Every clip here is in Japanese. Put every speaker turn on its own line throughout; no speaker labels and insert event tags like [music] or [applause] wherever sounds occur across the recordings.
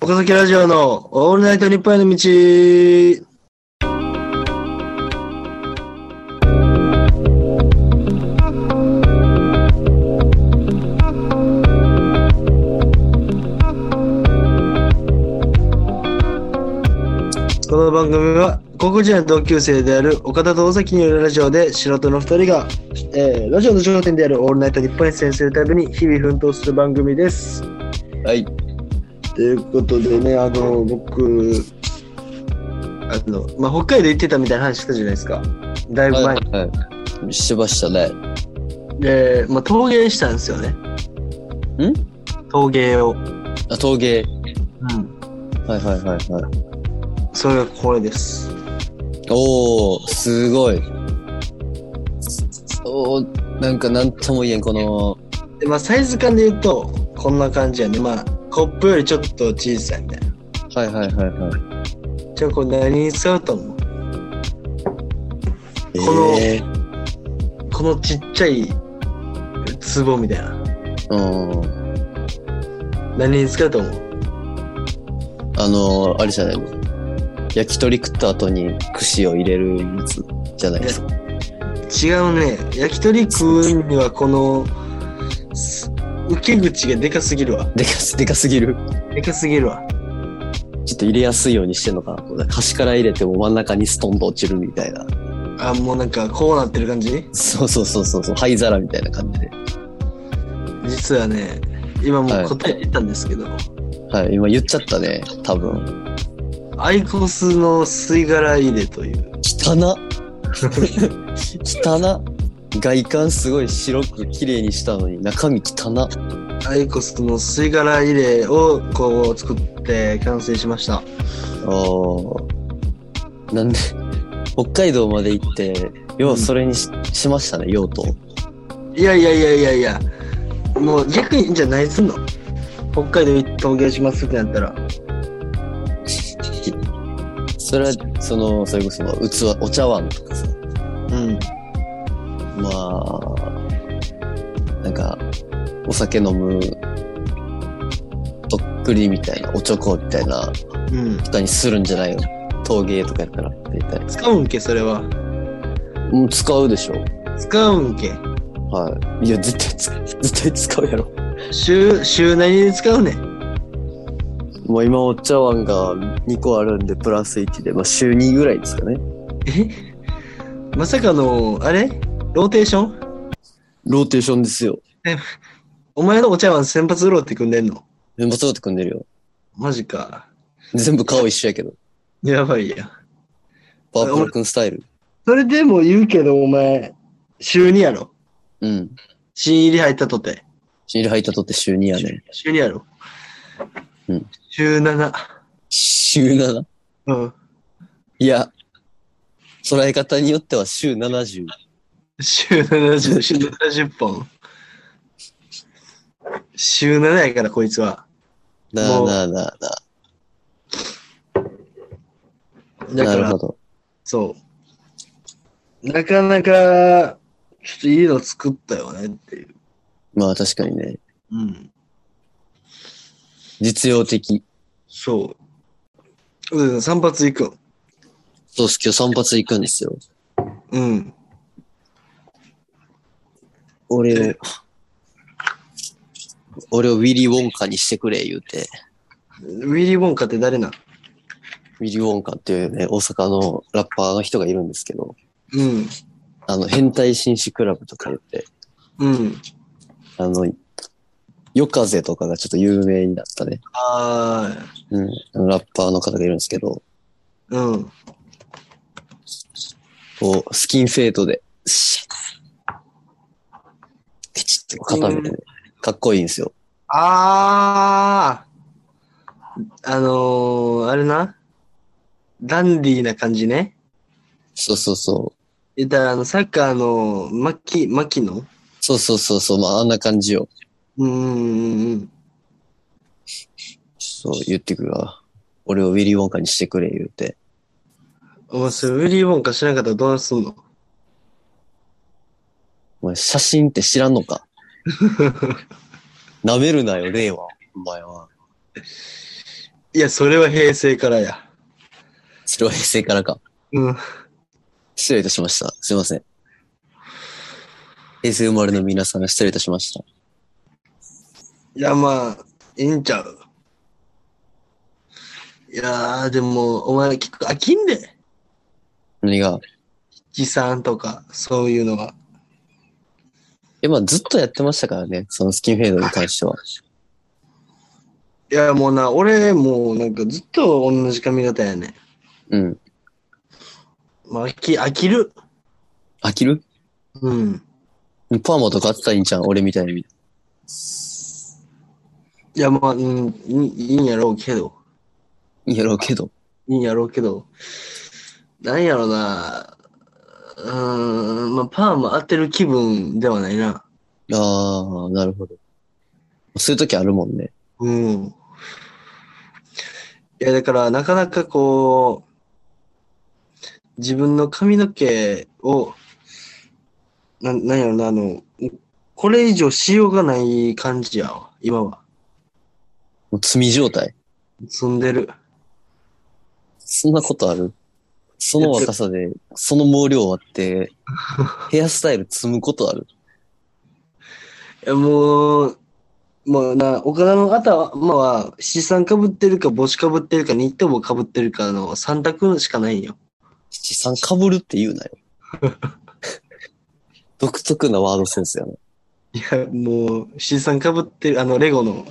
岡崎ラジオのオールナイトニッポンへの道。この番組は高校時代の同級生である岡田と尾崎によるラジオで素人の2人が、えーラジオの頂点であるオールナイトニッポンに出演するために日々奮闘する番組です。
はい。
ということでね、あの、僕、あの、まあ、北海道行ってたみたいな話したじゃないですか。だいぶ前に。
はい。しましたね。
で、まあ、陶芸したんですよね。
ん
陶芸を。
あ、陶芸。
うん。
はいはいはいはい。
それがこれです。
おー、すごい。おー、なんかなんとも言えん、この、
で、まあ、サイズ感で言うと、こんな感じやね。まあ、コップよりちょっと小さいみたいな。
はいはいはいはい。
じゃあ、これ何に使うと思うこの
えー、
このちっちゃい壺みたいな。
うん。
何に使うと思う
あのあれじゃないの。焼き鳥食った後に串を入れるやつじゃないですか。
違うね。焼き鳥食うには、この、す受け口がでかすぎるわ。
でかす、でかすぎる。
でかすぎるわ。
ちょっと入れやすいようにしてんのかな。端から入れても真ん中にストンと落ちるみたいな。
あ、もうなんかこうなってる感じ
そうそうそうそうそう、灰皿みたいな感じで。
実はね、今も
は
う
い
答え言ったんですけど、
はい、今言っちゃったね、多分。
アイコスの吸い殻入れという。
汚な汚な外観すごい白く綺麗にしたのに中身汚な
アイコスの吸い殻入れをこう作って完成しました。
あーなんで、北海道まで行って、ようそれにし,、しましたね、用途。
いやいやいやいやいや、もう逆にじゃないすんの北海道行って陶芸しますってなったら。
それは、その、それこそ、器、お茶碗とかさ、
うん。
まあ、なんか、お酒飲む、とっくりみたいな、おちょこみたいな、
うん。
とかにするんじゃないの陶芸とかやったら、大体。
使うんけ、それは。
もう使うでしょ。
使うんけ。
はい。いや、絶対使う、 [laughs] 絶対使うやろ。
週、週何で使うねん。 [laughs]
もう今お茶碗が2個あるんで、プラス1で、まあ週2ぐらいですかね。
えまさかの、あれローテーション
ローテーションですよ。
お前のお茶碗先発ローって組んでんの
全部そうって組んでるよ。
マジか。
全部顔一緒やけど。
やばいや。
パープル君スタイル。
それでも言うけど、お前、週2やろ。
うん。
新入り入ったとて。
シール履いたとって週2やね。
週2やろ。
うん。
週7。
週 7?
うん。
いや、捉え方によっては週70。
週70、週70本。週7やから、こいつは。
な
も
あ
う
なあなあなあ。
だ
な
か
る
ら
ほ、ど。
そう。なかなか、ちょっといいの作ったよねっていう。
まあ確かにね。
うん。
実用的。
そう。うん、散髪行くわ
そうっす、今日散髪行くんですよ。
うん。
俺を、俺をウィリー・ウォンカにしてくれ言うて、
ウィリー・ウォンカって誰なん
ウィリー・ウォンカっていうね、大阪のラッパーの人がいるんですけど、
うん。
あの、変態紳士クラブとか言って、
うん。
あの、夜風とかがちょっと有名になったね、
あ
うん、あのラッパーの方がいるんですけど、
ー、うん。
こう、スキンフェイトで、シャッケチって固めてね、かっこいいんですよ。
あー、あのー、あれな。ダンディーな感じね。
そうそうそう。
言ったら、あの、サッカーの、マキ、マキの
そうそうそうそう、まああんな感じよ。
うーん。
そう言ってくるわ。俺をウィリー・ウォンカにしてくれ言うて。
お前、それウィリー・ウォンカしなかったらどうすんの
お前、写真って知らんのか舐めるなよ、令和。お前は。
いや、それは平成からや。
それは平成からか。
うん。
失礼いたしました。すいません。平成生まれの皆さん、失礼いたしました。
いや、まあ、いいんちゃう。いやー、でも、お前、結構飽きんで。
何が
持参とか、そういうのが。
え、まあ、ずっとやってましたからね。そのスキンフェードに関しては。
いや、もうな、俺、もう、なんかずっと同じ髪型やねん。
うん。
まあ、飽き、飽きる。
飽きる
うん。
パーマとかあったらいいんじゃん。俺みたいに。
いや、まあ、うん、いいいいんやろうけど。
やろうけど。
いいんやろうけど。なんやろな。うーん、まあ、パーマ当てる気分ではないな。
ああ、なるほど。そういう時あるもんね。
うん。いや、だから、なかなかこう、自分の髪の毛を、な、なんやろな、あの、これ以上しようがない感じやわ、今は。
もう積み状態。
積んでる。
そんなことあるその若さで、その毛量あって、ヘアスタイル積むことある
いや、もう、もうな、岡田の頭は、七三かぶってるか、帽子かぶってるか、ニット帽かぶってるかの三択しかないんよ。
七三かぶるって言うなよ。 [laughs] 独特なワードセンスやね。
いや、もう、七三かぶってる、あの、レゴの、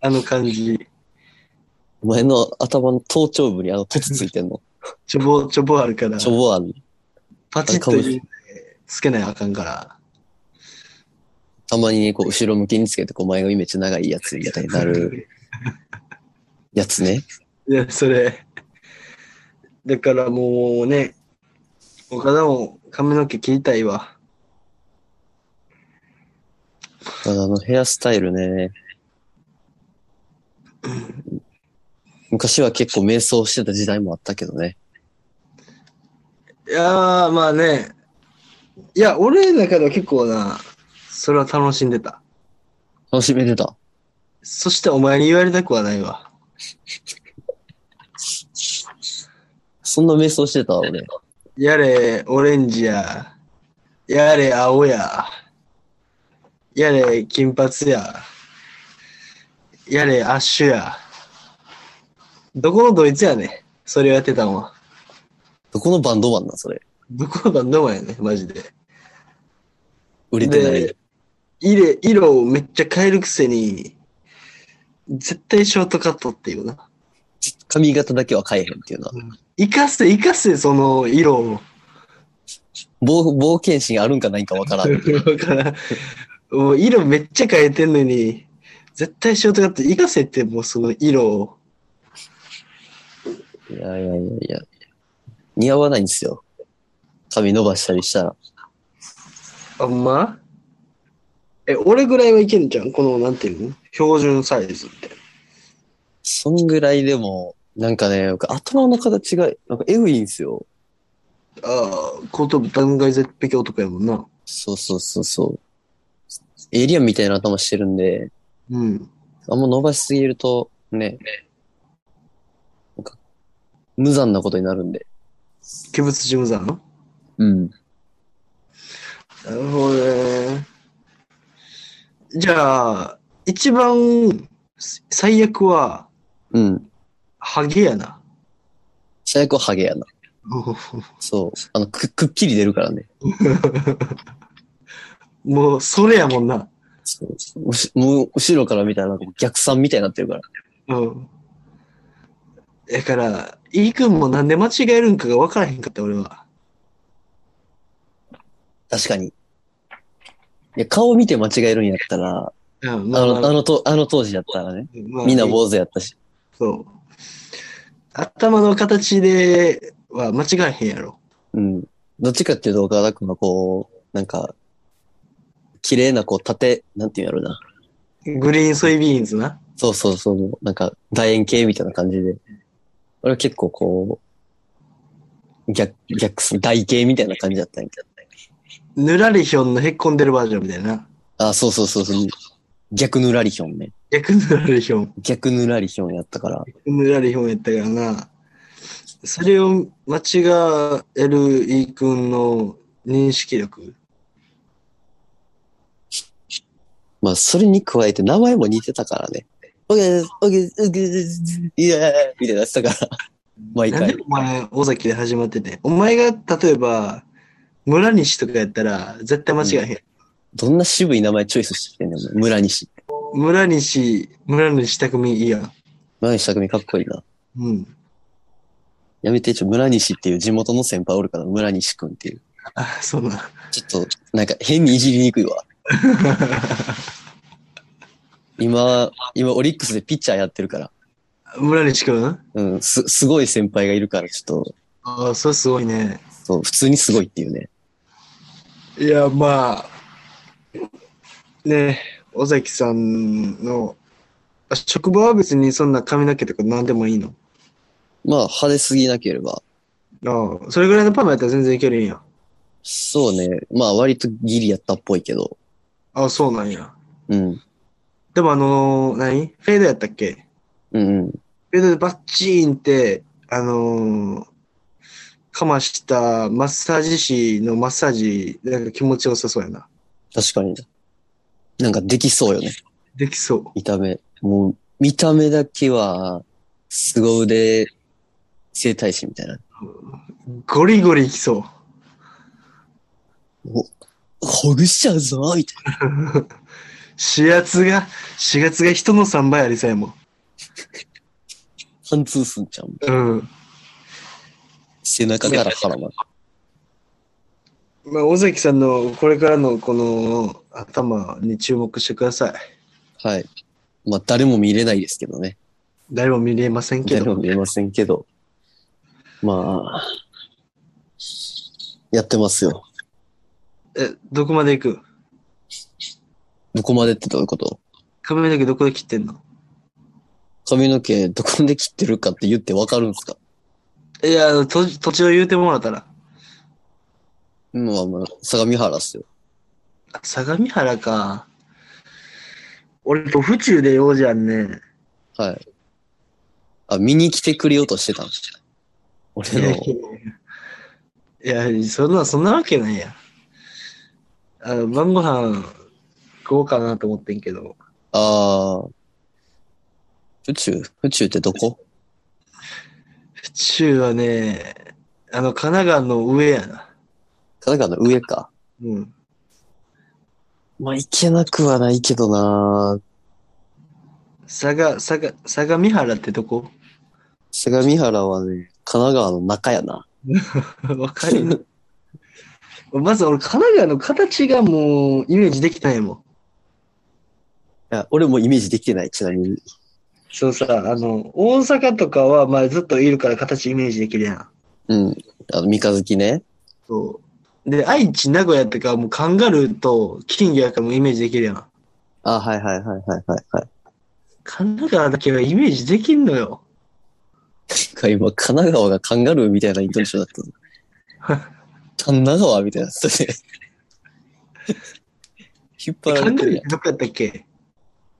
あの感じ、
お前の頭の頭頂部にあの凸ついてんの。
ちょぼ、ちょぼあるから
ち、ょぼある。
パチッと
あれかぶる
つけないあかんから。
たまにね、こう、後ろ向きにつけて、こう、前髪めっちゃ長いやつみたいに
[laughs]
なるやつね。
いや、それ。だからもうね、岡田も髪の毛切りたいわ。
ただあのヘアスタイルね。昔は結構迷走してた時代もあったけどね。
いやー、まあね。いや、俺の中では結構な、それは楽しんでた。
楽しめてた。
そしてお前に言われたくはないわ。
そんな迷走してた俺。
やれ、オレンジや。やれ、青や。やれ、金髪や。やれ、アッシュや。どこのドイツやねそれをやってたんは。
どこのバンドマンなんそれ。
どこのバンドマンやねマジで。
売れてない
で。色色をめっちゃ変えるくせに、絶対ショートカットっていうな。
髪型だけは変えへんっていうのは。
生かせ、生かせ、その色を。
冒冒険心あるんかないんかわ [laughs] からん。
だから、もう色めっちゃ変えてんのに、絶対ショートカット生かせって、もうその色を。
いやいやいやいや。似合わないんですよ。髪伸ばしたりしたら。
あんまえ、俺ぐらいはいけんじゃんこの、なんていうの標準サイズって。
そんぐらいでも、なんかね、僕頭の形が、なんかエグいんですよ。
ああ、後頭部断崖絶壁男やもんな。
そうそうそうそう。エイリアンみたいな頭してるんで、
うん。
あんま伸ばしすぎると、ね、なんか、無残なことになるんで。
鬼物ジムザン
うん。
なるほどね。じゃあ、一番最悪は、
うん。
ハゲや [laughs] な。
最悪はハゲやな。そう。あの、く、くっきり出るからね。
もう、それやもんな。
そう。うしもう、後ろから見たら、なんか逆算みたいになってるから。
うん。だから、イー君もなんで間違えるんかが分からへんかった、俺は。
確かに。いや、顔見て間違えるんやったら、
うん、
あの、
ま
あのと、あの当時やったらね、
まあ
みんな坊主やったし。
そう。頭の形では間違えへんやろ。
うん。どっちかっていうと、岡田くんはこう、なんか、綺麗なこう、縦、なんていうんやろな。
グリーンソイビーンズな。
そうそうそう、なんか、楕円形みたいな感じで。俺は結構こう、逆、逆す、台形みたいな感じだったんやけど。
ぬらりひょんのへっこんでるバージョンみたいな。
あ、そうそうそうそう。逆ぬらりひょんね。
逆ぬらりひょん。
逆ぬらりひょんやったから。
ぬらりひょんやったからな。それを間違える飯君の認識力。
まあ、それに加えて名前も似てたからね。オッケー、オッケー、オッケー、イエーイみたいなやつだから。毎
なんで
回。
お前、尾崎で始まってて。お前が例えば、村西とかやったら絶対間違えへん。
どんな渋い名前チョイスしてきてんねん、お前村西。
村西、村西匠いいやん。
村西匠かっこいいな。
うん。
やめて、ちょ、村西っていう地元の先輩おるから、村西くんっていう。
あ、そうなん。
ちょっと、なんか変にいじりにくいわ。今、今、オリックスでピッチャーやってるから。
村西くん
うん、す、すごい先輩がいるから、ちょっと、
ああ、それすごいね。
そう、普通にすごいっていうね。
いや、まあ、ねえ、尾崎さんの、あ職場は別にそんな髪の毛とか何でもいいの
まあ、派手すぎなければ。
ああ、それぐらいのパーマやったら全然いけるんや。
そうね。まあ、割とギリやったっぽいけど。
ああ、そうなんや。
うん。
でもあのー何フェードやったっけ
うんうん。
フェードでバッチーンって、あのーかましたマッサージ師のマッサージ、なんか気持ちよさそうやな。
確かに。なんかできそうよね。
できそう。
見た目。もう、見た目だけは、凄腕整体師みたいな。
ゴリゴリいきそう。
ほぐしちゃうぞみたいな。
4月が、4月が人の3倍ありさえもん。
貫通すんちゃうん。
うん。
背中から腹まで。
まあ、尾崎さんのこれからのこの頭に注目してください。
はい。まあ、誰も見れないですけどね。
誰も見れませんけ
誰も
ど。
見れませんけど。まあ、やってますよ。
え、どこまで行く
どこまでってどういうこと
髪の毛どこで切ってんの
髪の毛どこで切ってるかって言ってわかるんですか
いや、あの土地土地を言うてもらったら。
まあまあ、相模原っすよ。
相模原か。俺、と府中で用事あんね。
はい。あ、見に来てくれようとしてたん俺
いや [laughs]
の、
いや、そんな、そんなわけないや。あの晩ご飯食おうかなと思ってんけど、
ああ、宇宙宇宙ってどこ
府中はね、あの、神奈川の上やな。
神奈川の上か。
うん。
まあ、行けなくはないけどな
佐賀、佐賀、相模原ってとこ [laughs]
相模原はね、神奈川の中やな。
わかるよまず俺、神奈川の形がもう、イメージできたんやもん。
いや、俺もイメージできてない、ちなみに。
そうさ、あの、大阪とかは、まあずっといるから形イメージできるやん。
うん。あの、三日月ね。
そう。で、愛知、名古屋とかはもうカンガルーと金魚やからもイメージできるやん。
あ、はいはいはいはいはい、はい。
神奈川だけはイメージできんのよ。
なんか今、神奈川がカンガルーみたいなイントネーションだったぞ。神奈川みたいな。それ。引っ張ら
カ
れ
ンガルー
てる
っ
やん
て。どこやったっけ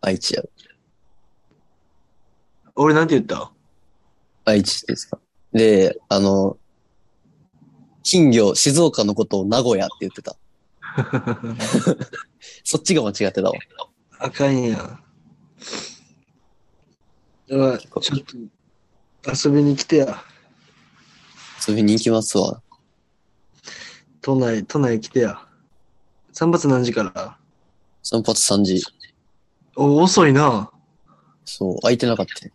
愛知やろ。
俺なんて言った [laughs]
愛知ですか。で、あの、金魚、静岡のことを名古屋って言ってた。そっちが間違ってたわ。
あかんやん。うわちょっと、遊びに来てや。
遊びに行きますわ。
都内、都内来てや。散髪何時から
散髪3時。
お、遅いな。
そう、空いてなかった。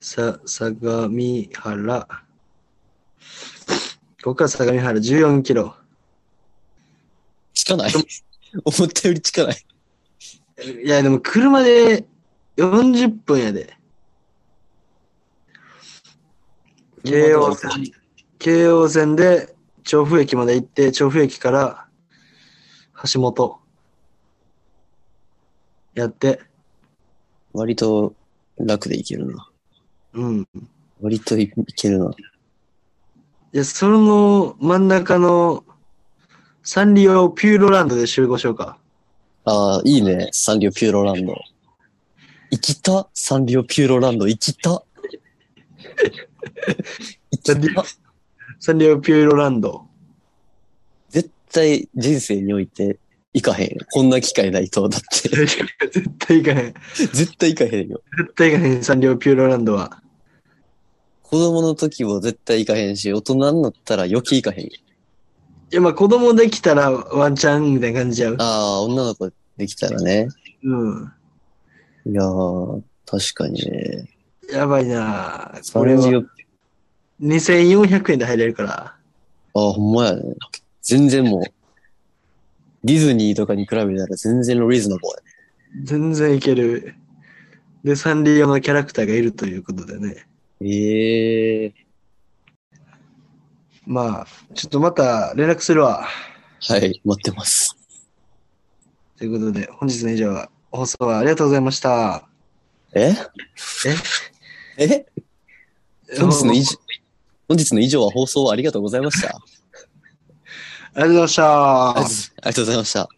さ、相模原。ここから相模原14キロ。
近ない思ったより近ない。
いや、でも車で40分やで。京王線、京王線で調布駅まで行って、調布駅から橋本やって、
割と楽で行けるな。
うん。
割といけるな。
いや、その真ん中のサンリオピューロランドで集合しようか。
ああ、いいね。サンリオピューロランド。行きたサンリオピューロランド行きた
サ
行
ンリ
き
オ
た
サンリオピューロランド。
絶対人生において行かへんよ。こんな機会ないと。だって、
絶対行かへん。
絶対行かへんよ。
絶対行かへん、サンリオピューロランドは。
子供の時も絶対行かへんし、大人になったら余計行かへんよ。
いや、まあ子供できたらワンチャンみたいな感じやう。
ああ、女の子できたらね。
うん。
いやー、確かにね。
やばいな
サ
これ
ン
は
リオ、
2400円で入れるから。
ああ、ほんまやね。全然もう、ディズニーとかに比べたら全然リーズナブルやね。
全然いける。で、サンリオのキャラクターがいるということでね。
ええ
まあ、ちょっとまた連絡するわ。
はい、待ってます。
ということで、本日の以上は、放送はありがとうございました。
ええ
え
本日の以上、本日の以上は放送ありがとうございました。
ありがとうございました
ありがとうございました。